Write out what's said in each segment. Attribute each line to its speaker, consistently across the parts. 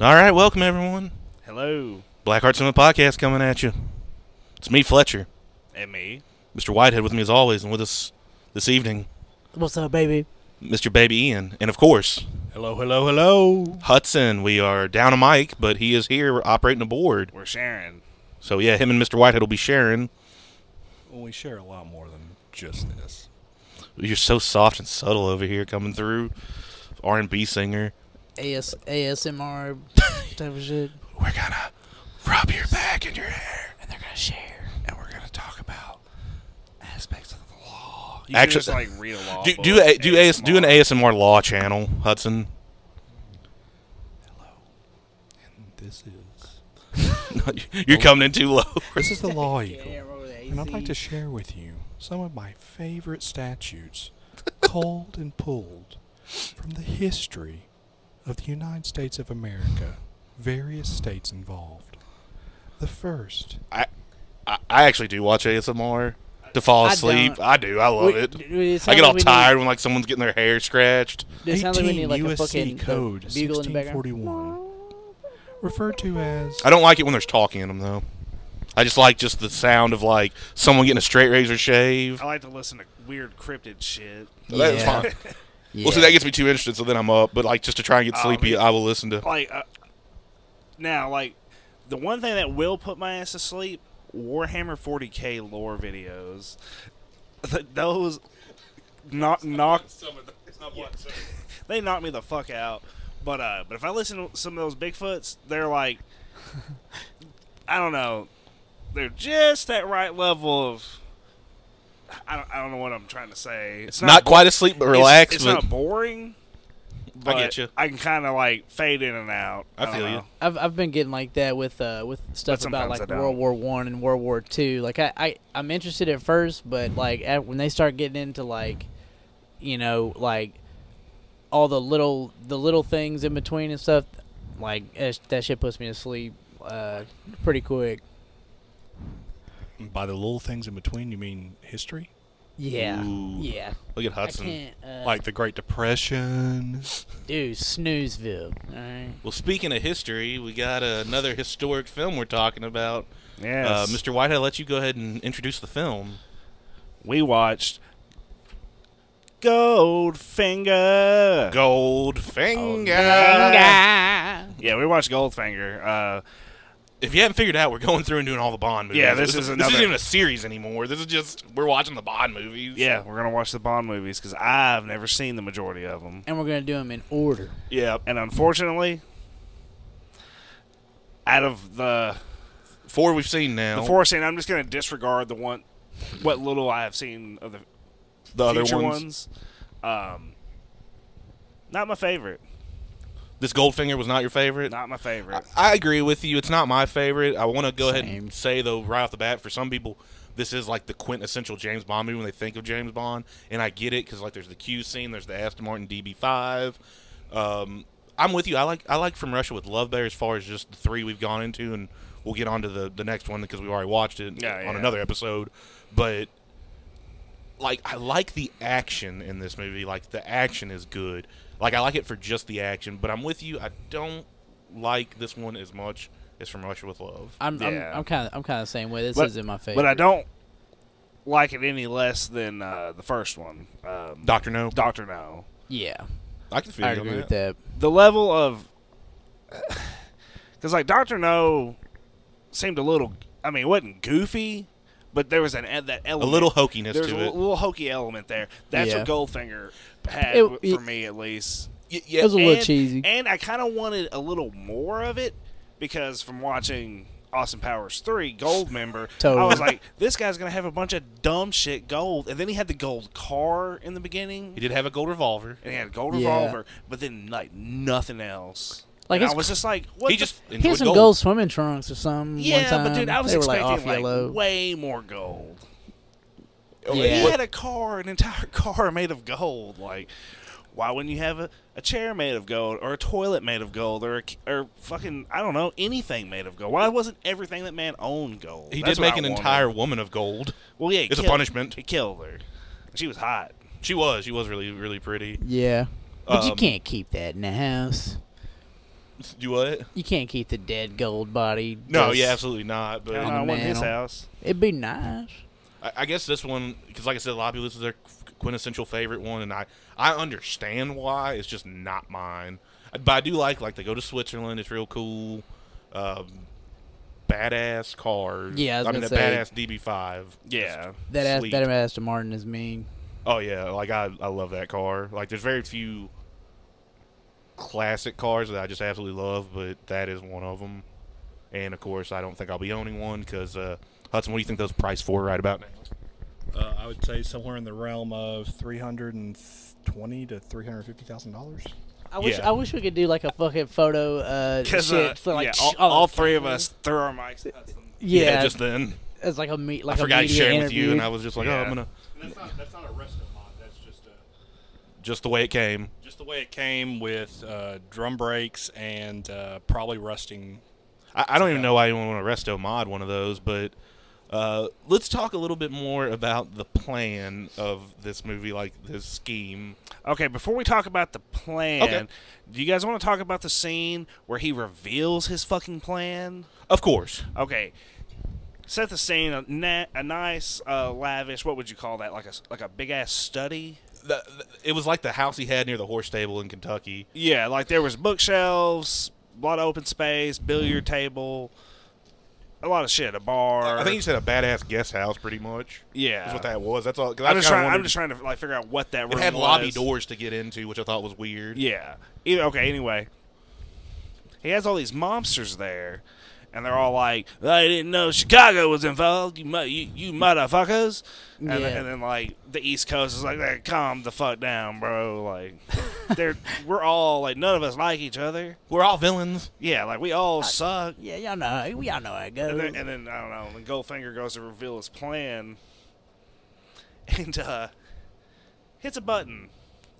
Speaker 1: All right, welcome everyone.
Speaker 2: Hello,
Speaker 1: Black Heart Cinema Podcast coming at you. It's me, Fletcher.
Speaker 2: and me.
Speaker 1: Mr. Whitehead with me as always, and with us this evening,
Speaker 3: What's up, baby?
Speaker 1: Mr. Baby Ian. And of course,
Speaker 2: Hello, hello, hello.
Speaker 1: Hudson. We are down a mic, but he is here operating a board.
Speaker 2: We're sharing.
Speaker 1: So yeah, him and Mr. Whitehead will be sharing.
Speaker 4: Well, we share a lot more than just this.
Speaker 1: You're so soft and subtle over here coming through. R and B singer.
Speaker 3: AS ASMR type of shit.
Speaker 1: We're gonna rub your back and your hair.
Speaker 3: And they're gonna share.
Speaker 4: And we're going to talk about aspects of the law.
Speaker 2: You
Speaker 1: Actu-
Speaker 2: Actually, just like read a law.
Speaker 1: Do
Speaker 2: book,
Speaker 1: do a, do, AS, do an
Speaker 2: ASMR.
Speaker 1: ASMR law channel, Hudson.
Speaker 4: Hello. And this is.
Speaker 1: You're coming in too low.
Speaker 4: This is the law eagle. And I'd like to share with you some of my favorite statutes, culled and pulled from the history of the United States of America, various states involved. The first,
Speaker 1: I, I actually do watch ASMR to fall
Speaker 3: I
Speaker 1: asleep.
Speaker 3: don't.
Speaker 1: I do. I love it. I get all tired when like someone's getting their hair scratched.
Speaker 3: Need, it sounds like we
Speaker 4: 18
Speaker 3: need like a
Speaker 4: USC
Speaker 3: fucking the
Speaker 4: Code
Speaker 3: bugle in the background.
Speaker 4: 1641, referred to as
Speaker 1: I don't like it when there's talking in them though. I just like just the sound of like someone getting a straight razor shave.
Speaker 2: I
Speaker 4: Oh,
Speaker 2: like to listen to weird cryptid shit.
Speaker 1: That's
Speaker 3: Yeah.
Speaker 1: fine. Well, see, that gets me too interested, so then I'm up. But like just to try and
Speaker 4: Ah,
Speaker 1: get
Speaker 2: Oh,
Speaker 1: sleepy,
Speaker 2: man.
Speaker 1: I will listen to.
Speaker 2: Like uh, now, like the one thing that will put my ass to sleep: Warhammer 40k lore videos. Th- Those knock knock. They knock me the fuck out. But uh, but if I listen to some of those Bigfoots, they're like, I don't know, they're just that right level of. I don't, I don't know what I'm trying to say. It's
Speaker 1: Not, quite asleep, but
Speaker 2: it's-
Speaker 1: relaxed.
Speaker 2: It's,
Speaker 1: but
Speaker 2: not boring.
Speaker 1: I get
Speaker 2: but
Speaker 1: you.
Speaker 2: I can kind of like fade in and out.
Speaker 1: I
Speaker 2: don't
Speaker 1: feel you.
Speaker 2: know.
Speaker 3: I've I've been getting like that with uh with stuff about
Speaker 2: sometimes I
Speaker 3: like
Speaker 2: don't.
Speaker 3: World War One and World War Two. Like I I i am interested at first, but like at, when they start getting into like, you know, like all the little the little things in between and stuff, like it's- that shit puts me to sleep uh pretty quick.
Speaker 4: By the little things in between, you mean history?
Speaker 3: Yeah,
Speaker 1: Ooh.
Speaker 3: yeah.
Speaker 1: look at
Speaker 3: I
Speaker 1: Hudson.
Speaker 3: can't uh,
Speaker 4: Like the Great Depression.
Speaker 3: do snoozeville. All right.
Speaker 1: Well, speaking of history, we got another historic film we're talking about.
Speaker 2: Yes.
Speaker 1: Uh, Mr. Whitehead, I'll let you go ahead and introduce the film.
Speaker 2: We watched Goldfinger.
Speaker 1: Goldfinger.
Speaker 3: Oh,
Speaker 2: yeah, we watched Goldfinger. Uh,
Speaker 1: If you haven't figured out, we're going through and doing all the Bond movies.
Speaker 2: Yeah, this is
Speaker 1: This isn't
Speaker 2: another-
Speaker 1: even a series anymore. This is just we're watching the Bond movies.
Speaker 2: yeah, we're gonna watch the Bond movies because I've never seen the majority of them,
Speaker 3: And we're gonna do them in order.
Speaker 1: yeah.
Speaker 2: and unfortunately, out of the
Speaker 1: Four we've seen now.
Speaker 2: the four scene, I'm just gonna disregard the one, what little I have seen of the
Speaker 1: the other
Speaker 2: future
Speaker 1: ones.
Speaker 2: Um, not my favorite.
Speaker 1: This Goldfinger was not your favorite.
Speaker 2: Not my favorite.
Speaker 1: I agree with you. It's not my favorite. I want to go ahead
Speaker 3: Same.
Speaker 1: and say though, right off the bat, for some people, this is like the quintessential James Bond movie when they think of James Bond, and I get it because like there's the Q scene, there's the Aston Martin DB5. Um, I'm with you. I like I like From Russia with Love better as far as just the three we've gone into, and we'll get onto the the next one because we already watched it
Speaker 2: Yeah,
Speaker 1: on
Speaker 2: yeah.
Speaker 1: another episode, but. Like I like the action in this movie. Like the action is good. Like I like it for just the action, but I'm with you. I don't like this one as much as From Russia with Love.
Speaker 3: I'm
Speaker 2: Yeah.
Speaker 3: I'm kind of I'm kind of same way. This
Speaker 2: But-
Speaker 3: isn't my favorite.
Speaker 2: but I don't like it any less than uh, the first one. Um,
Speaker 1: Doctor No.
Speaker 2: Doctor No.
Speaker 3: Yeah,
Speaker 1: I can feel
Speaker 3: I
Speaker 1: you on
Speaker 3: agree with
Speaker 1: that.
Speaker 3: that.
Speaker 2: The level of because like Doctor No seemed a little. I mean, it wasn't goofy, but there was an e, that
Speaker 1: A
Speaker 2: element.
Speaker 1: little hokiness
Speaker 2: There's a
Speaker 1: to
Speaker 2: li-
Speaker 1: it.
Speaker 2: little hokey element there. That's what
Speaker 3: Yeah.
Speaker 2: Goldfinger had
Speaker 3: It-
Speaker 2: w- for
Speaker 3: it-
Speaker 2: me, at least.
Speaker 1: Y-
Speaker 3: It
Speaker 1: yeah,
Speaker 3: was a little
Speaker 2: and,
Speaker 3: cheesy.
Speaker 2: And I kind of wanted a little more of it because from watching Austin Powers 3 Gold Member, I was
Speaker 3: Totally.
Speaker 2: like, this guy's going to have a bunch of dumb shit gold. And then he had the gold car in the beginning.
Speaker 1: he did have a gold revolver.
Speaker 2: And he had a gold
Speaker 3: Yeah.
Speaker 2: revolver, but then like nothing else.
Speaker 3: Like,
Speaker 2: And I
Speaker 3: it's-
Speaker 2: was just like, what?
Speaker 1: He
Speaker 2: the
Speaker 1: just
Speaker 2: f-
Speaker 3: He
Speaker 1: enjoyed
Speaker 3: had some
Speaker 1: gold.
Speaker 3: gold. swimming trunks or something. one
Speaker 2: yeah,
Speaker 3: time.
Speaker 2: but dude, I was
Speaker 3: they were like
Speaker 2: expecting
Speaker 3: off
Speaker 2: like,
Speaker 3: yellow.
Speaker 2: way more gold.
Speaker 1: Oh,
Speaker 3: Yeah.
Speaker 2: He
Speaker 1: what-
Speaker 2: had a car, an entire car made of gold. Like, why wouldn't you have a, a chair made of gold, or a toilet made of gold, or a, c- or fucking I don't know anything made of gold? Why wasn't everything that man owned gold?
Speaker 1: he
Speaker 2: That's
Speaker 1: did
Speaker 2: what
Speaker 1: make
Speaker 2: I
Speaker 1: an
Speaker 2: wanted.
Speaker 1: entire woman of gold.
Speaker 2: Well, yeah, he
Speaker 1: It's a
Speaker 2: killed-
Speaker 1: punishment.
Speaker 2: He killed her. She was hot.
Speaker 1: She was. She was really, really pretty.
Speaker 3: Yeah, but you
Speaker 1: Um,
Speaker 3: can't keep that in the house.
Speaker 1: You what?
Speaker 3: You can't keep the dead gold body.
Speaker 1: No,
Speaker 3: just-
Speaker 1: yeah, absolutely not. But
Speaker 2: I
Speaker 3: On
Speaker 2: don't
Speaker 3: the
Speaker 2: know, I want his
Speaker 3: mantle.
Speaker 2: house.
Speaker 3: It'd be nice.
Speaker 1: I, I guess this one, because like I said, a lot of people, this is their quintessential favorite one, and I, I understand why. It's just not mine. But I do like, like, they go to Switzerland. It's real cool. Um, badass cars.
Speaker 3: Yeah, I was
Speaker 1: mean,
Speaker 3: gonna
Speaker 1: that
Speaker 3: say-
Speaker 1: badass DB5.
Speaker 2: Yeah.
Speaker 3: That ass,
Speaker 1: Sweet.
Speaker 3: that Aston Martin is mean.
Speaker 1: Oh, yeah. Like, I, I love that car. Like, there's very few classic cars that I just absolutely love, but that is one of them. And, of course, I don't think I'll be owning one because, uh, Hudson, what do you think those priced for right about now?
Speaker 4: Uh, I would say somewhere in the realm of three hundred and twenty to three hundred fifty thousand dollars.
Speaker 3: I wish
Speaker 1: Yeah.
Speaker 3: I wish we could do like a fucking photo uh
Speaker 2: Because
Speaker 3: shit
Speaker 2: uh,
Speaker 3: for like
Speaker 2: yeah,
Speaker 3: sh-
Speaker 2: all,
Speaker 3: oh,
Speaker 2: all three of us threw our mics. at Hudson.
Speaker 3: Yeah,
Speaker 1: just then.
Speaker 3: as like a meet like
Speaker 1: I forgot
Speaker 3: a
Speaker 1: to
Speaker 3: media
Speaker 1: share it
Speaker 3: interview.
Speaker 1: with you, and I was just like, oh,
Speaker 2: Yeah.
Speaker 1: I'm gonna.
Speaker 5: And that's not that's not a resto mod. That's just a,
Speaker 1: Just the way it came.
Speaker 5: just the way it came with uh, drum breaks and uh, probably rusting.
Speaker 1: I, I don't even know why anyone would want to resto mod one of those, but uh, let's talk a little bit more about the plan of this movie, like this scheme.
Speaker 2: Okay, before we talk about the plan,
Speaker 1: Okay.
Speaker 2: do you guys want to talk about the scene where he reveals his fucking plan?
Speaker 1: Of course,
Speaker 2: Okay. Set the scene a, na- a nice, uh, lavish. What would you call that? Like a s- like a big ass study.
Speaker 1: the, the- it was like the house he had near the horse stable in Kentucky.
Speaker 2: Yeah, like there was bookshelves, a lot of open space, billiard table, a lot of shit, a bar.
Speaker 1: I think he said a badass guest house, pretty much.
Speaker 2: Yeah.
Speaker 1: is what that was. That's all. 'cause I
Speaker 2: I'm just
Speaker 1: kinda
Speaker 2: trying. I'm
Speaker 1: wondered-
Speaker 2: just trying to like figure out what that room
Speaker 1: It had lobby
Speaker 2: was.
Speaker 1: doors to get into, which I thought was weird.
Speaker 2: Yeah. Either, okay. Anyway, he has all these mobsters there, and they're all like, "I didn't know Chicago was involved, you mu- you, you motherfuckers." And, then,
Speaker 3: Yeah.
Speaker 2: and then like the East Coast is like, "Hey, "Calm the fuck down, bro." Like, they're we're all like, none of us like each other.
Speaker 1: we're all villains.
Speaker 2: Yeah, like we all suck.
Speaker 3: yeah, y'all know, how- we all know how it
Speaker 2: And
Speaker 3: goes.
Speaker 2: then, and then I don't know. When Goldfinger goes to reveal his plan, and uh, hits a button,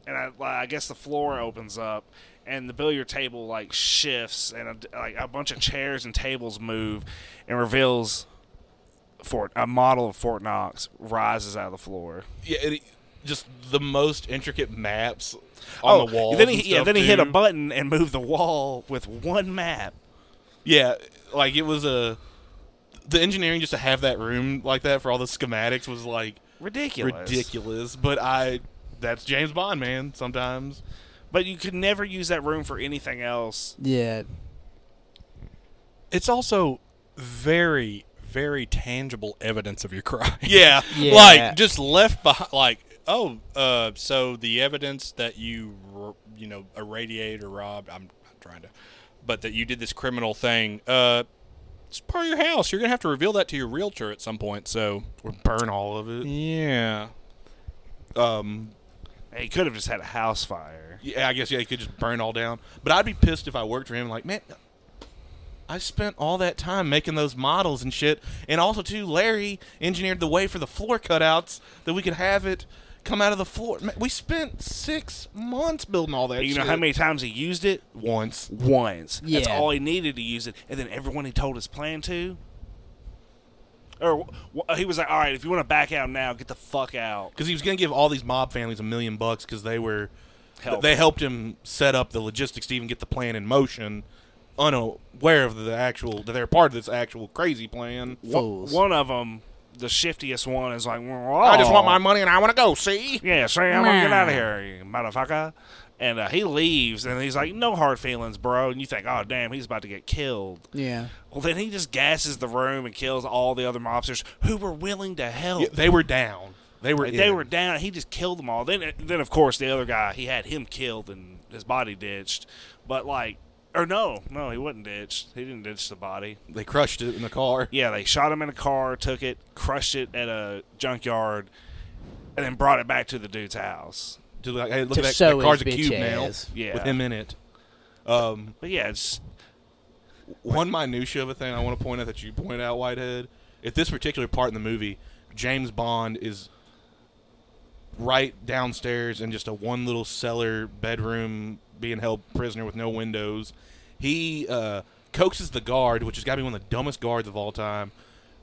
Speaker 2: and I, like, I guess the floor opens up, and the billiard table like shifts, and a, like a bunch of chairs and tables move, and reveals Fort a model of Fort Knox rises out of the floor.
Speaker 1: Yeah, it, just the most intricate maps on the wall.
Speaker 2: Oh, Then he yeah, then he hit a
Speaker 1: button.
Speaker 2: button and moved the wall with one map.
Speaker 1: Yeah, like it was a the engineering just to have that room like that for all the schematics was like
Speaker 2: Ridiculous.
Speaker 1: ridiculous. But I that's James Bond, man. Sometimes
Speaker 2: But you could never use that room for anything else.
Speaker 3: yeah,
Speaker 5: It's also very very tangible evidence of your crime.
Speaker 1: Yeah.
Speaker 3: Yeah.
Speaker 5: like just left behind. Like oh, uh, so the evidence that you r- you know irradiated or robbed. I'm not trying to, but that you did this criminal thing. Uh, it's part of your house. You're gonna have to reveal that to your realtor at some point. So
Speaker 1: or burn all of it.
Speaker 5: yeah.
Speaker 1: Um,
Speaker 2: And he could have just had a house fire.
Speaker 1: yeah, I guess yeah, you could just burn all down. But I'd be pissed if I worked for him. Like, man, I spent all that time making those models and shit, and also too, Larry engineered the way for the floor cutouts that we could have it come out of the floor. Man, we spent six months building all that.
Speaker 2: You know
Speaker 1: shit.
Speaker 2: how many times he used it?
Speaker 1: once.
Speaker 2: Once. That's
Speaker 3: Yeah.
Speaker 2: all he needed to use it. And then everyone he told his plan to. Or wh- he was like, all right, if you want to back out now, get the fuck out.
Speaker 1: because he was going to give all these mob families a million bucks because they were
Speaker 2: Help.
Speaker 1: they helped him set up the logistics to even get the plan in motion, unaware of the actual that they're part of this actual crazy plan.
Speaker 2: One,
Speaker 3: Fools.
Speaker 2: one of them, the shiftiest one, is like,
Speaker 1: I just want my
Speaker 2: "Whoa."
Speaker 1: money and I want to go. See,
Speaker 2: Yeah, Sam, I'm gonna get out of here, you motherfucker. And uh, he leaves, and he's like, no hard feelings, bro. And you think, oh, damn, he's about to get killed.
Speaker 3: yeah.
Speaker 2: Well, then he just gasses the room and kills all the other mobsters who were willing to help.
Speaker 1: Yeah, they were down. They were
Speaker 2: Like, they
Speaker 1: in.
Speaker 2: were down. He just killed them all. Then, then of course, the other guy he had him killed and his body ditched. But like, or no, no, he wasn't ditched. He didn't ditch the body.
Speaker 1: they crushed it in the car.
Speaker 2: Yeah, they shot him in a car, took it, crushed it at a junkyard, and then brought it back to the dude's house.
Speaker 1: To like, hey, look
Speaker 3: To
Speaker 1: at that,
Speaker 3: show
Speaker 1: that car's a
Speaker 3: his bitch
Speaker 1: cube
Speaker 3: ass.
Speaker 1: now
Speaker 2: Yeah.
Speaker 1: with him in it. Um,
Speaker 2: But yeah, it's
Speaker 1: one minutia of a thing I want to point out that you point out, Whitehead. At this particular part in the movie, James Bond is right downstairs in just a one little cellar bedroom, being held prisoner with no windows. He uh, coaxes the guard, which has got to be one of the dumbest guards of all time.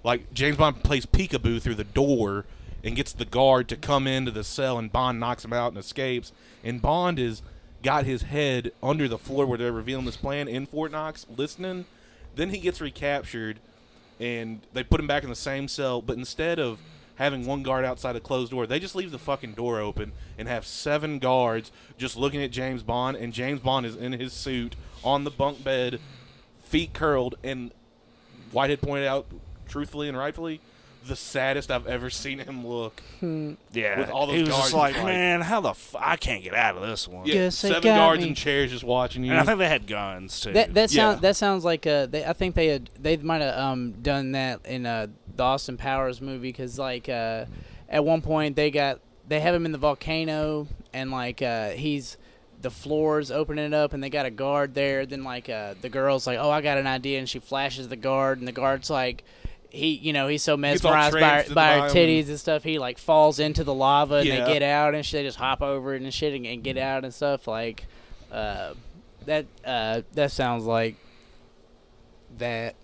Speaker 1: Like James Bond plays peekaboo through the door and gets the guard to come into the cell, and Bond knocks him out and escapes. And Bond is got his head under the floor where they're revealing this plan in Fort Knox, listening. Then he gets recaptured, and they put him back in the same cell. But instead of having one guard outside a closed door, they just leave the fucking door open and have seven guards just looking at James Bond. And James Bond is in his suit on the bunk bed, feet curled, and Whitehead pointed out, truthfully and rightfully, the saddest I've ever seen him look.
Speaker 2: Yeah,
Speaker 1: With all those
Speaker 2: he was just
Speaker 1: guards,
Speaker 2: like,
Speaker 1: like-
Speaker 2: man, how the f- I can't get out of this one.
Speaker 1: Yeah,
Speaker 3: Guess they
Speaker 1: seven
Speaker 3: got
Speaker 1: guards
Speaker 3: me.
Speaker 1: in chairs just watching you.
Speaker 2: And I think they had guns too.
Speaker 3: That that sounds
Speaker 1: Yeah.
Speaker 3: that sounds like uh they, I think they had they might have um done that in uh the Austin Powers movie because like uh at one point they got they have him in the volcano and like uh he's the floors opening up and they got a guard there then like uh the girl's like oh I got an idea and she flashes the guard and the guard's like. He, you know, he's so
Speaker 1: Gets all
Speaker 3: mesmerized by
Speaker 1: tranced
Speaker 3: her,
Speaker 1: in
Speaker 3: by
Speaker 1: the
Speaker 3: her
Speaker 1: bio
Speaker 3: titties and stuff. He like falls into the lava and
Speaker 1: Yeah.
Speaker 3: they get out and shit. They just hop over it and shit and, and get out and stuff. Like, uh, that uh, that sounds like that.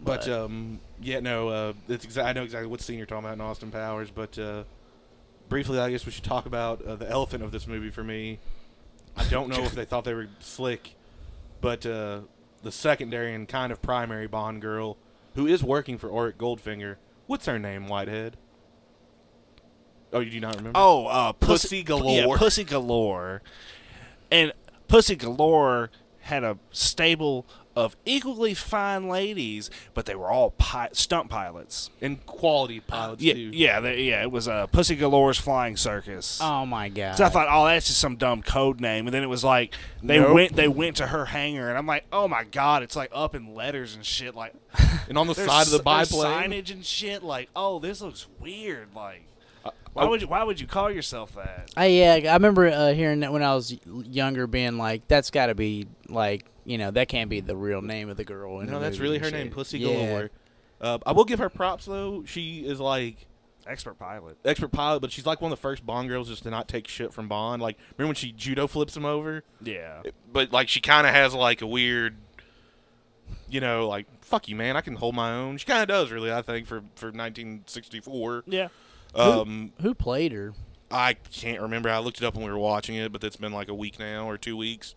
Speaker 1: But um, yeah, no, uh, it's exa- I know exactly what scene you're talking about in Austin Powers. But uh, briefly, I guess we should talk about uh, the elephant of this movie for me. I don't know if they thought they were slick, but uh, the secondary and kind of primary Bond girl, who is working for Oric Goldfinger, what's her name? Whitehead. Oh, you do not remember?
Speaker 2: Oh, uh,
Speaker 1: Pussy
Speaker 2: pussy,
Speaker 1: Galore.
Speaker 2: Yeah, pussy galore. And pussy galore had a stable of equally fine ladies, but they were all pi- stunt pilots.
Speaker 1: and quality pilots
Speaker 2: yeah,
Speaker 1: too.
Speaker 2: yeah, they, yeah. It was uh, pussy galore's flying circus.
Speaker 3: Oh my god!
Speaker 2: So I thought, oh, that's just some dumb code name, and then it was like they
Speaker 1: Nope.
Speaker 2: went they went to her hangar, and I'm like, oh my god, it's like up in letters and shit, like
Speaker 1: And on the
Speaker 2: there's
Speaker 1: side of the
Speaker 2: s- there's
Speaker 1: biplane,
Speaker 2: signage and shit, like oh, this looks weird, like why would you why would you call yourself that?
Speaker 3: I yeah, I remember uh, hearing that when I was younger, being like, "That's got to be like, you know, that can't be the real name of the girl." in
Speaker 1: No,
Speaker 3: the
Speaker 1: that's
Speaker 3: movie
Speaker 1: really
Speaker 3: and
Speaker 1: her
Speaker 3: shit.
Speaker 1: name, Pussy
Speaker 3: Yeah.
Speaker 1: Galore. Uh, I will give her props though. She is like
Speaker 2: Expert pilot.
Speaker 1: expert pilot, but she's like one of the first Bond girls just to not take shit from Bond. Like remember when she judo flips him over?
Speaker 2: Yeah.
Speaker 1: But like she kind of has like a weird, you know, like fuck you, man. I can hold my own. She kind of does really, I think, for for 1964.
Speaker 2: Yeah.
Speaker 1: Um,
Speaker 3: Who played her?
Speaker 1: I can't remember. I looked it up when we were watching it, but it's been like a week now or two weeks.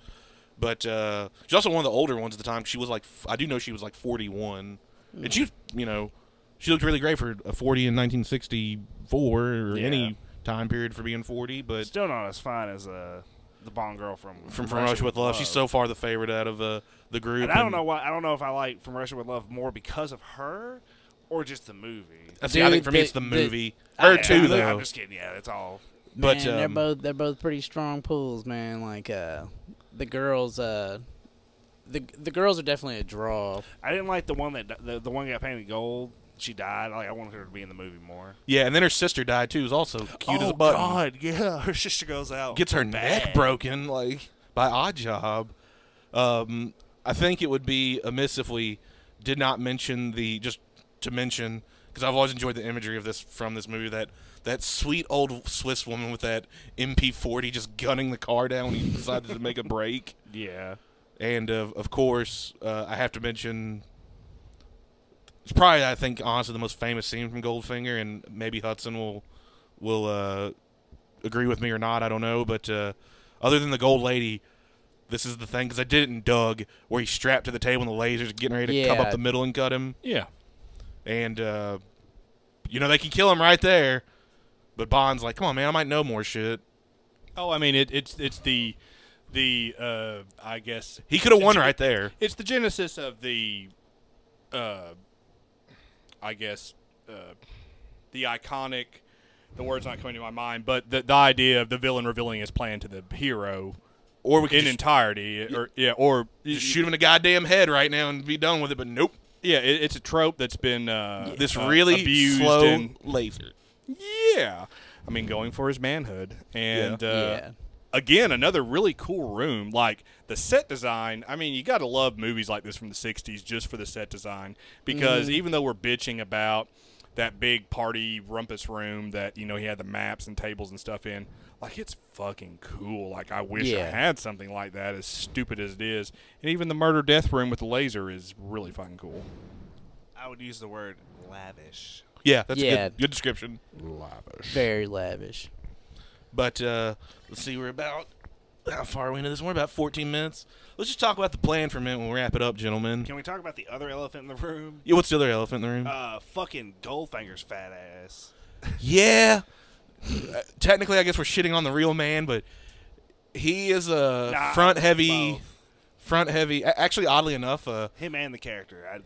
Speaker 1: But uh, she's also one of the older ones at the time. She was like, f- I do know she was like 41,
Speaker 2: Mm.
Speaker 1: and she, was, you know, she looked really great for a 40 in 1964 or
Speaker 2: Yeah.
Speaker 1: any time period for being 40. But
Speaker 2: Still not as fine as uh, the Bond girl from
Speaker 1: from From Russia with Love, she's so far the favorite out of uh, the group.
Speaker 2: And I don't
Speaker 1: and-
Speaker 2: know why. I don't know if I like From Russia with Love more because of her or just the movie.
Speaker 1: I see, I think
Speaker 3: Dude,
Speaker 1: for me,
Speaker 3: the-
Speaker 1: it's the
Speaker 3: the-
Speaker 1: movie.
Speaker 2: I-
Speaker 1: Her
Speaker 2: I-
Speaker 1: too,
Speaker 2: I'm-
Speaker 1: though.
Speaker 2: I'm just kidding. Yeah, that's all.
Speaker 1: But,
Speaker 3: man, they're
Speaker 1: um,
Speaker 3: both they're both pretty strong pulls, man. Like, uh, the girls, uh, the the girls are definitely a draw.
Speaker 2: I didn't like the one that the, the one got painted gold. She died. Like I wanted her to be in the movie more.
Speaker 1: yeah, and then her sister died too. Is also cute as
Speaker 2: oh
Speaker 1: a button.
Speaker 2: God, yeah. Her sister goes out.
Speaker 1: gets her neck
Speaker 2: bad.
Speaker 1: broken like by odd job um i think it would be amiss if we did not mention the just to mention because i've always enjoyed the imagery of this from this movie that that sweet old swiss woman with that mp40 just gunning the car down when he decided to make a break
Speaker 2: Yeah.
Speaker 1: and of, of course uh, i have to mention it's probably i think honestly the most famous scene from goldfinger and maybe hudson will will uh, agree with me or not i don't know but uh, other than the gold lady this is the thing because i did it in doug where he's strapped to the table and the lasers getting ready to come
Speaker 3: Yeah.
Speaker 1: up the middle and cut him
Speaker 5: Yeah.
Speaker 1: and uh, you know they can kill him right there but bond's like come on man i might know more shit
Speaker 5: Oh, I mean it, it's it's the the uh, I guess
Speaker 1: he could have won right there
Speaker 5: It's the genesis of the uh, I guess uh, the iconic. The word's not coming to my mind, but the, the idea of the villain revealing his plan to the hero
Speaker 1: or we could
Speaker 5: in
Speaker 1: just,
Speaker 5: entirety, or yeah, or
Speaker 1: just shoot him in the goddamn head right now and be done with it but nope
Speaker 5: Yeah, it, it's a trope that's been uh,
Speaker 1: this
Speaker 5: uh,
Speaker 1: really
Speaker 5: abused
Speaker 1: slow
Speaker 5: and-
Speaker 1: laser.
Speaker 5: yeah, I mean, going for his manhood, and
Speaker 1: Yeah.
Speaker 5: uh,
Speaker 3: Yeah.
Speaker 5: again, another really cool room. Like the set design. I mean, you got to love movies like this from the '60s just for the set design, because
Speaker 3: Mm-hmm.
Speaker 5: even though we're bitching about that big party rumpus room that you know he had the maps and tables and stuff in, like it's fucking cool. Like I wish I
Speaker 3: Yeah.
Speaker 5: had something like that, as stupid as it is. And even the murder death room with the laser is really fucking cool.
Speaker 2: I would use the word lavish.
Speaker 1: Yeah, that's
Speaker 3: Yeah.
Speaker 1: a good, good description.
Speaker 5: Lavish.
Speaker 3: Very lavish.
Speaker 1: But uh, let's see, we're about how far are we into this? We're about 14 minutes. Let's just talk about the plan for a minute. We'll wrap it up, gentlemen.
Speaker 2: Can we talk about the other elephant in the room?
Speaker 1: Yeah, what's the other elephant in the room?
Speaker 2: Uh, fucking Goldfinger's fat ass.
Speaker 1: yeah. Uh, Technically, I guess we're shitting on the real man, but he is a
Speaker 2: Nah,
Speaker 1: front heavy,
Speaker 2: both.
Speaker 1: front heavy. a- Actually, oddly enough, uh,
Speaker 2: Him and the character. I,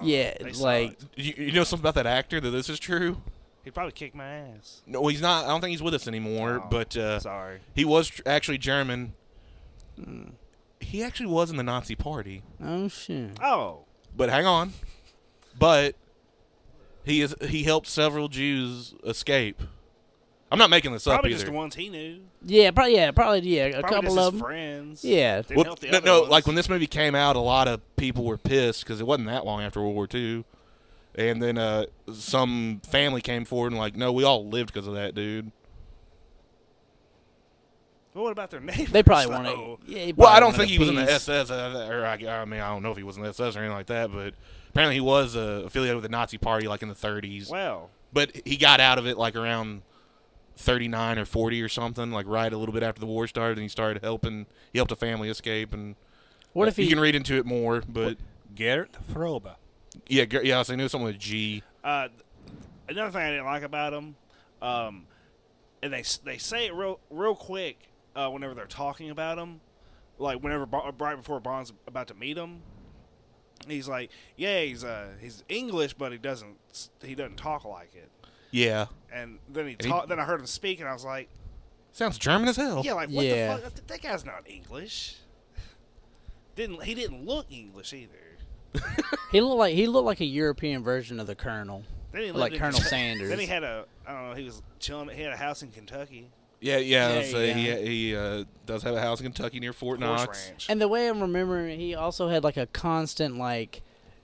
Speaker 2: oh,
Speaker 3: Yeah,
Speaker 2: they
Speaker 3: like-
Speaker 2: sucked.
Speaker 1: you, you know something about that actor that this is true.
Speaker 2: he'd probably kick my ass.
Speaker 1: No, he's not. I don't think he's with us anymore.
Speaker 2: Oh,
Speaker 1: but uh,
Speaker 2: sorry.
Speaker 1: he was tr- actually German. He actually was in the Nazi Party.
Speaker 3: Oh shit.
Speaker 2: Oh,
Speaker 1: But hang on. But he is he helped several Jews escape. I'm not making this up
Speaker 2: probably
Speaker 1: either.
Speaker 2: just the ones he knew.
Speaker 3: Yeah, probably. Yeah, probably. Yeah, a
Speaker 2: Probably
Speaker 3: couple
Speaker 2: just
Speaker 3: of
Speaker 2: his
Speaker 3: them.
Speaker 2: friends.
Speaker 3: Yeah.
Speaker 2: Didn't
Speaker 1: Well,
Speaker 2: help the
Speaker 1: no,
Speaker 2: other
Speaker 1: no,
Speaker 2: ones.
Speaker 1: like when this movie came out, a lot of people were pissed because it wasn't that long after World War II. And then uh, some family came forward and like, no, we all lived because of that dude.
Speaker 2: Well, what about their neighbors?
Speaker 3: They probably want
Speaker 2: though?
Speaker 3: to. Yeah, he
Speaker 1: Well, I
Speaker 3: probably
Speaker 1: don't think
Speaker 3: wanted a
Speaker 1: he was in the
Speaker 3: piece.
Speaker 1: SS, uh, or I, I mean, I don't know if he was in the SS or anything like that. But apparently, he was uh, affiliated with the Nazi Party, like in the 30s.
Speaker 2: Well,
Speaker 1: but he got out of it like around 39 or 40 or something like right a little bit after the war started and he started helping he helped a family escape and
Speaker 3: What if he?
Speaker 1: you can read into it more but
Speaker 5: Gerrit Froba.
Speaker 1: yeah Ger- yeah I was thinking it was something with G
Speaker 2: uh, another thing I didn't like about them, um, and they s- they say it real real quick uh, whenever they're talking about him, like whenever Bo- right before Bond's about to meet him, he's like, yeah, he's uh, he's English, but he doesn't s- he doesn't talk like it.
Speaker 1: yeah
Speaker 2: And then he,
Speaker 1: And he-
Speaker 2: talk, then I heard him speak, and I was like,
Speaker 1: sounds German as hell
Speaker 2: yeah, like what
Speaker 3: Yeah.
Speaker 2: the fuck? That- That guy's not English. Didn't he didn't look English either.
Speaker 3: He looked like he looked like a European version of the Colonel.
Speaker 2: Then he
Speaker 3: Or like
Speaker 2: lived in-
Speaker 3: Colonel Sanders.
Speaker 2: Then he had a, I don't know, he was chilling. He had a house in Kentucky,
Speaker 1: yeah yeah,
Speaker 3: There
Speaker 1: so
Speaker 3: you go.
Speaker 1: he, he uh, does have a house in Kentucky near Fort
Speaker 2: horse
Speaker 1: Knox
Speaker 2: ranch.
Speaker 3: And the way I'm remembering, it, he also had like a constant like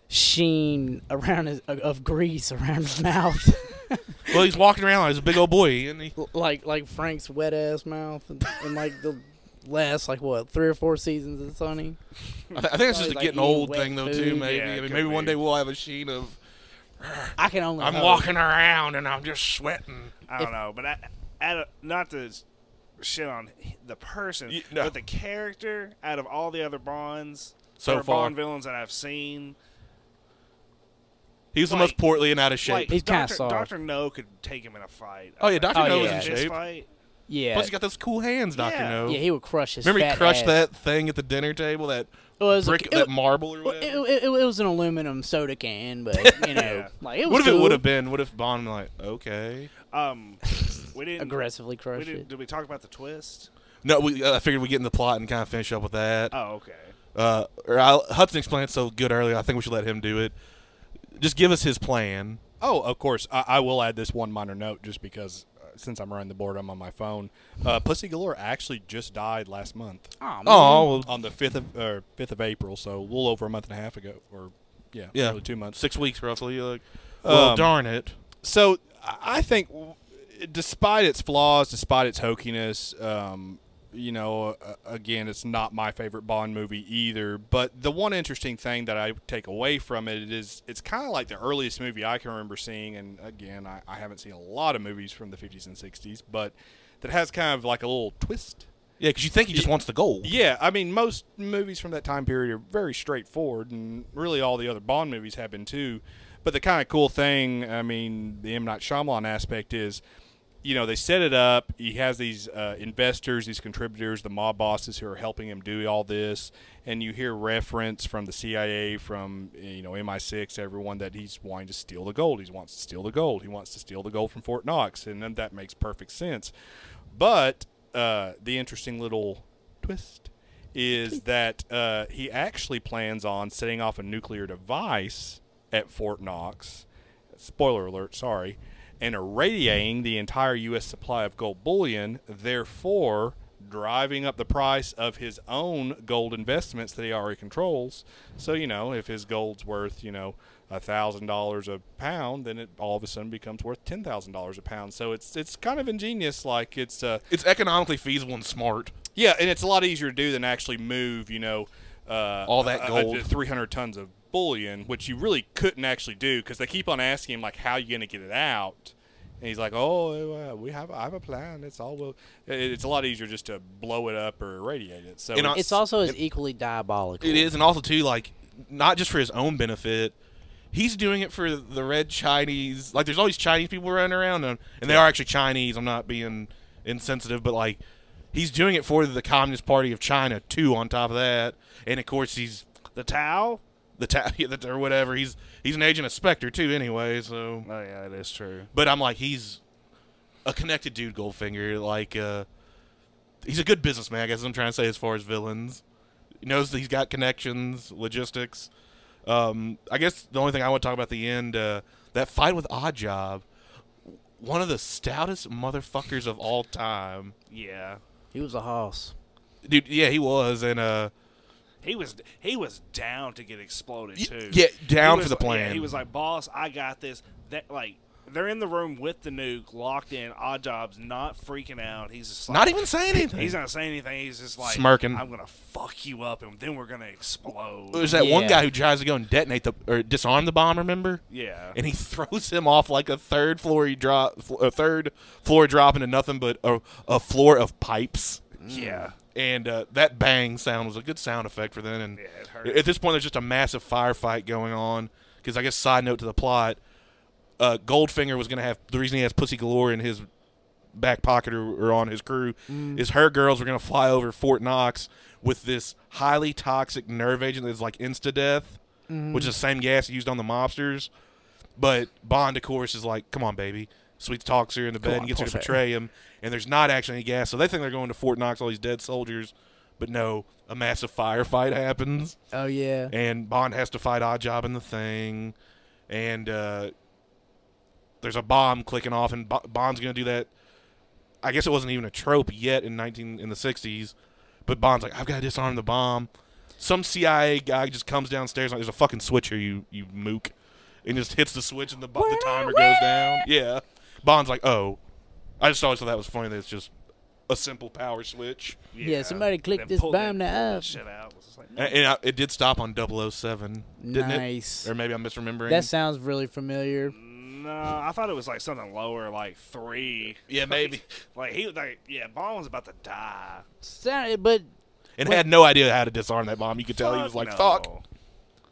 Speaker 3: sheen around his of grease around his mouth,
Speaker 1: well he's walking around like he's a big old boy and he
Speaker 3: like like Frank's wet ass mouth, and, and like the last like what three or four seasons of Sunny.
Speaker 1: I, th- I think it's just a
Speaker 3: Like
Speaker 1: getting
Speaker 3: eating
Speaker 1: old
Speaker 3: wet
Speaker 1: thing though
Speaker 3: food.
Speaker 1: too maybe
Speaker 2: Yeah,
Speaker 1: I mean
Speaker 2: could
Speaker 1: maybe one
Speaker 2: be.
Speaker 1: day we'll have a sheet of
Speaker 3: I can only.
Speaker 1: I'm
Speaker 3: hope.
Speaker 1: walking around and I'm just sweating
Speaker 2: I don't know, but I, I don't- not to s- shit on h- the person,
Speaker 1: You- no.
Speaker 2: but the character out of all the other Bonds
Speaker 1: So
Speaker 2: or
Speaker 1: far.
Speaker 2: Bond villains that I've seen,
Speaker 1: he was the
Speaker 2: Like-
Speaker 1: most portly and out of shape
Speaker 2: like
Speaker 3: He's kinda
Speaker 2: Doctor
Speaker 3: soft.
Speaker 2: Doctor No could take him in a fight.
Speaker 1: Oh, yeah,
Speaker 2: I
Speaker 1: Dr.
Speaker 2: think.
Speaker 3: No was in
Speaker 2: Fist
Speaker 1: shape.
Speaker 2: Fight.
Speaker 3: Yeah.
Speaker 1: Plus, you got those cool hands, Doctor
Speaker 2: Yeah.
Speaker 1: No.
Speaker 3: yeah, he would crush his.
Speaker 1: Remember, he
Speaker 3: fat
Speaker 1: crushed
Speaker 3: ass.
Speaker 1: that thing at the dinner table, that
Speaker 3: It was,
Speaker 1: brick,
Speaker 3: it,
Speaker 1: that marble or
Speaker 3: well, it,
Speaker 1: whatever.
Speaker 3: it, it was an aluminum soda can, but you know,
Speaker 2: Yeah.
Speaker 3: like it was.
Speaker 1: what if it
Speaker 3: cool.
Speaker 1: would have been? What if Bond like, okay?
Speaker 2: Um, we didn't
Speaker 3: aggressively
Speaker 2: We
Speaker 3: crushed
Speaker 2: didn't,
Speaker 3: it?
Speaker 2: did we talk about the twist?
Speaker 1: No, we, uh, I figured we would get in the plot and kind of finish up with that.
Speaker 2: Oh, okay.
Speaker 1: Uh, or i Hudson explained it so good earlier. I think we should let him do it. Just give us his plan.
Speaker 5: Oh, of course. I, I will add this one minor note just because uh, since I'm running the board, I'm on my phone. Uh, Pussy Galore actually just died last month
Speaker 3: Aw, man.
Speaker 1: Oh, well,
Speaker 5: on the fifth of or fifth of April, so a little over a month and a half ago, or yeah,
Speaker 1: Yeah.
Speaker 5: nearly two months.
Speaker 1: six weeks roughly. Like, well,
Speaker 5: Um,
Speaker 1: darn it.
Speaker 5: So I I think, w- despite its flaws, despite its hokiness, um, you know, uh, again, it's not my favorite Bond movie either. But the one interesting thing that I take away from it is it's kind of like the earliest movie I can remember seeing. And again, I, I haven't seen a lot of movies from the 50s and 60s, but that has kind of like a little twist.
Speaker 1: Yeah, because you think he just wants the gold.
Speaker 5: Yeah, I mean, most movies from that time period are very straightforward, and really all the other Bond movies have been too. But the kind of cool thing, I mean, the M Night Shyamalan aspect is, you know, they set it up. He has these uh, investors, these contributors, the mob bosses who are helping him do all this, and you hear reference from the CIA, from you know MI6, everyone that he's wanting to steal the gold. He wants to steal the gold. He wants to steal the gold from Fort Knox, and then that makes perfect sense. But uh, the interesting little twist is that uh, he actually plans on setting off a nuclear device at Fort Knox. Spoiler alert, sorry. And irradiating the entire U.S. supply of gold bullion, therefore driving up the price of his own gold investments that he already controls. So, you know, if his gold's worth, you know, $1,000 a pound, then it all of a sudden becomes worth $10,000 a pound. So it's it's kind of ingenious. Like, it's. Uh,
Speaker 1: It's economically feasible and smart.
Speaker 5: yeah, and it's a lot easier to do than actually move, you know, uh,
Speaker 1: All that gold.
Speaker 5: 300 tons of bullion, which you really couldn't actually do because they keep on asking him, like, how you going to get it out? And he's like, "Oh, uh, we have I have a plan. It's all well. it- It's a lot easier just to blow it up or irradiate it." So
Speaker 1: And I-
Speaker 3: It's also as equally diabolical.
Speaker 1: It is, and also too like not just for his own benefit. He's doing it for the red Chinese. Like, there's all these Chinese people running around, and, and they are actually Chinese. I'm not being insensitive, but like, he's doing it for the Communist Party of China too. On top of that, and of course he's
Speaker 2: The towel?
Speaker 1: the ta- or whatever. He's he's an agent of Spectre too, anyway. So,
Speaker 2: Oh yeah, that is true.
Speaker 1: but I'm like, he's a connected dude, Goldfinger. Like, uh, he's a good businessman. I guess is what I'm trying to say as far as villains. He knows that he's got connections, logistics. Um, I guess the only thing I want to talk about at the end uh, that fight with Oddjob, one of the stoutest motherfuckers of all time,
Speaker 2: Yeah.
Speaker 3: He was a hoss.
Speaker 1: dude. Yeah, he was, and uh,
Speaker 2: He was he was down to get exploded
Speaker 1: Y-
Speaker 2: too.
Speaker 1: yeah, down
Speaker 2: He
Speaker 1: for
Speaker 2: was-
Speaker 1: the plan.
Speaker 2: yeah, he was like, "Boss, I got this." That like they're in the room with the nuke, locked in. Odd jobs, not freaking out. He's just like,
Speaker 1: not even saying anything.
Speaker 2: He's not saying anything. He's just like
Speaker 1: Smirking.
Speaker 2: I'm gonna fuck you up, and then we're gonna explode.
Speaker 1: There's that one
Speaker 3: Yeah.
Speaker 1: guy who tries to go and detonate the or disarm the bomb. Remember?
Speaker 2: yeah,
Speaker 1: and he throws him off like a third floor he drop, fl- a third floor drop into nothing but a, a floor of pipes.
Speaker 2: yeah,
Speaker 1: And uh, that bang sound was a good sound effect for then. And
Speaker 2: Yeah, it hurt.
Speaker 1: at this point, there's just a massive firefight going on. Because I guess side note to the plot, uh, Goldfinger was gonna have the reason he has Pussy Galore in his back pocket or, or on his crew is her girls were gonna fly over Fort Knox with this highly toxic nerve agent that's like insta death, which is the same gas used on the mobsters. But Bond, of course, is like, "Come on, baby." Sweet talks her in the bed and
Speaker 3: on,
Speaker 1: gets her to
Speaker 3: Pulsar.
Speaker 1: betray him, and there's not actually any gas, so they think they're going to Fort Knox, all these dead soldiers. But no, a massive firefight happens
Speaker 3: Oh yeah.
Speaker 1: and Bond has to fight Oddjob in the thing, and uh, there's a bomb clicking off, and Bo- Bond's gonna do that. I guess it wasn't even a trope yet in nineteen in the '60s, but Bond's like, I've got to disarm the bomb. Some CIA guy just comes downstairs like, there's a fucking switch here, you you mook, and just hits the switch, and the bo- the timer goes down. Yeah, Bond's like, oh, I just always thought that was funny that it's just a simple power switch.
Speaker 3: Yeah, somebody click
Speaker 2: Then
Speaker 3: this
Speaker 2: pulled that
Speaker 3: bomb now up.
Speaker 2: Shit out. It was just like,
Speaker 1: And, and I, it did stop on 007, didn't
Speaker 3: Nice.
Speaker 1: it? Or maybe I'm misremembering.
Speaker 3: That sounds really familiar.
Speaker 2: No, I thought it was like something lower, like three.
Speaker 1: Yeah, maybe.
Speaker 2: Like he was like, yeah, Bond was about to die.
Speaker 3: Sound- but
Speaker 1: and had no idea how to disarm that bomb. You could tell he was like, "Fuck."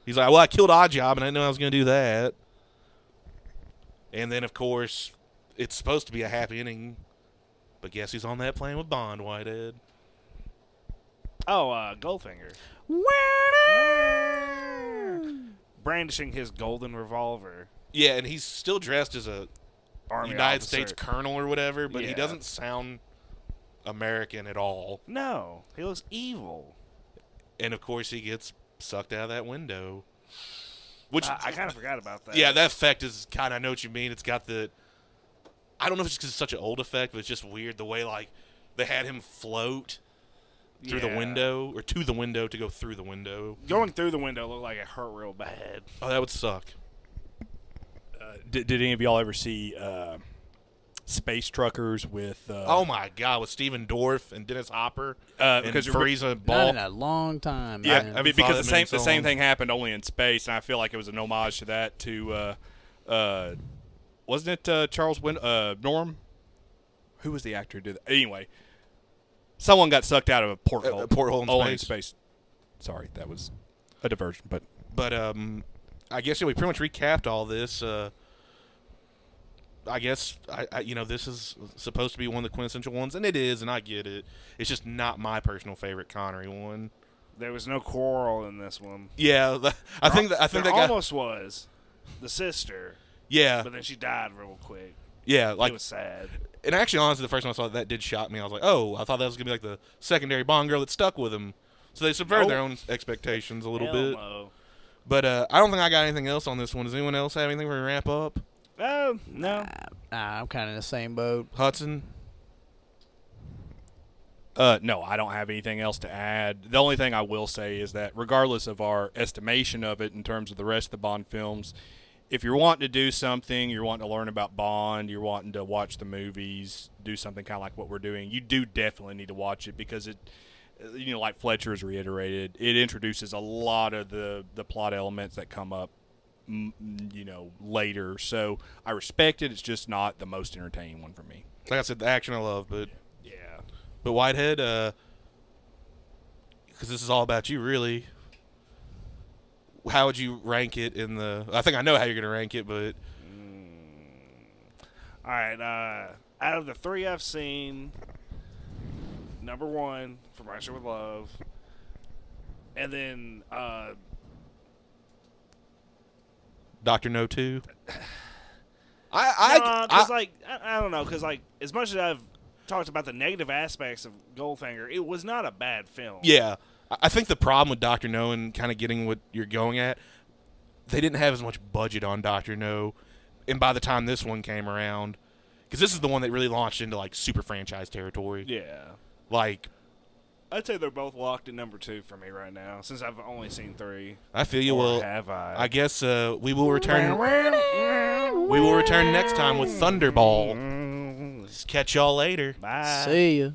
Speaker 1: He's like, "Well, I killed Oddjob, and I didn't know I was going to do that." And then, of course, it's supposed to be a happy ending, but guess who's on that plane with Bond, Whitehead?
Speaker 2: Oh, uh, Goldfinger brandishing his golden revolver.
Speaker 1: Yeah, and he's still dressed as a
Speaker 2: Army
Speaker 1: United
Speaker 2: officer.
Speaker 1: States colonel or whatever, but he
Speaker 2: Yeah.
Speaker 1: doesn't sound American at all.
Speaker 2: No, he looks evil.
Speaker 1: And of course, he gets sucked out of that window, which
Speaker 2: I, I kind of forgot about that.
Speaker 1: Yeah, that effect is kind of. I know what you mean. It's got the. I don't know if it's because it's such an old effect, but it's just weird the way like they had him float through the
Speaker 2: Yeah.
Speaker 1: window or to the window to go through the window.
Speaker 2: Going through the window looked like it hurt real bad.
Speaker 1: Oh, that would suck.
Speaker 5: uh, did, did any of y'all ever see uh, space truckers with? Uh,
Speaker 1: Oh my god, with Steven Dorff and Dennis Hopper
Speaker 5: Uh,
Speaker 1: and
Speaker 5: because-
Speaker 1: Frieza and
Speaker 3: not
Speaker 1: Ball.
Speaker 3: in a long time.
Speaker 5: Yeah,
Speaker 1: I
Speaker 3: man.
Speaker 1: haven't
Speaker 5: be- because
Speaker 1: thought
Speaker 5: the
Speaker 1: of it
Speaker 5: same
Speaker 1: in so
Speaker 5: the same
Speaker 1: long.
Speaker 5: thing happened only in space, and I feel like it was an homage to that. To uh, uh, wasn't it uh, Charles Win- uh, Norm? Who was the actor who did that? Anyway, someone got sucked out of a porthole.
Speaker 1: a porthole in
Speaker 5: Only
Speaker 1: space.
Speaker 5: Sorry, that was a diversion, but
Speaker 1: But um, I guess yeah, we pretty much recapped all this. Uh, I guess I, I, you know, this is supposed to be one of the quintessential ones, and it is, and I get it. It's just not my personal favorite Connery one.
Speaker 2: There was no quarrel in this one.
Speaker 1: Yeah, the, I think that I think
Speaker 2: there
Speaker 1: that guy.
Speaker 2: almost was the sister,
Speaker 1: Yeah,
Speaker 2: but then she died real quick.
Speaker 1: yeah.
Speaker 2: it
Speaker 1: Like,
Speaker 2: was sad.
Speaker 1: and actually, honestly, the first time I saw it, that did shock me. I was like, oh, I thought that was gonna be like the secondary Bond girl that stuck with him. So they subverted their own expectations a little
Speaker 2: Oh. Hell
Speaker 1: bit.
Speaker 2: no.
Speaker 1: But uh, I don't think I got anything else on this one. Does anyone else have anything we can wrap up?
Speaker 2: Oh no.
Speaker 3: Nah, I'm kind of in the same boat.
Speaker 1: Hudson.
Speaker 5: Uh, no, I don't have anything else to add. The only thing I will say is that, regardless of our estimation of it in terms of the rest of the Bond films, if you're wanting to do something, you're wanting to learn about Bond, you're wanting to watch the movies, do something kind of like what we're doing, you do definitely need to watch it because it, you know, like Fletcher's reiterated, it introduces a lot of the the plot elements that come up m- you know, later. So I respect it. It's just not the most entertaining one for me.
Speaker 1: Like I said, the action I love, but
Speaker 2: Yeah.
Speaker 1: but Whitehead, because this is all about you, really. How would you rank it in the? I think I know how you're gonna rank it, but
Speaker 2: Mm. All right. Uh, out of the three I've seen, number one from Russia with Love, and then uh,
Speaker 1: Doctor No Two.
Speaker 2: I,
Speaker 1: I I, I,
Speaker 2: uh, cause like I, I don't know, because like as much as I've talked about the negative aspects of Goldfinger, it was not a bad film.
Speaker 1: yeah. I- I think the problem with Doctor No and kind of getting what you're going at, they didn't have as much budget on Doctor No, and by the time this one came around, because this is the one that really launched into like super franchise territory.
Speaker 2: Yeah.
Speaker 1: Like
Speaker 2: I'd say they're both locked at number two for me right now, since I've only seen three.
Speaker 1: I feel you
Speaker 2: Or
Speaker 1: will.
Speaker 2: have I?
Speaker 1: I guess uh, we will return. We will return next time with Thunderball. Catch y'all later.
Speaker 2: Bye.
Speaker 3: See ya.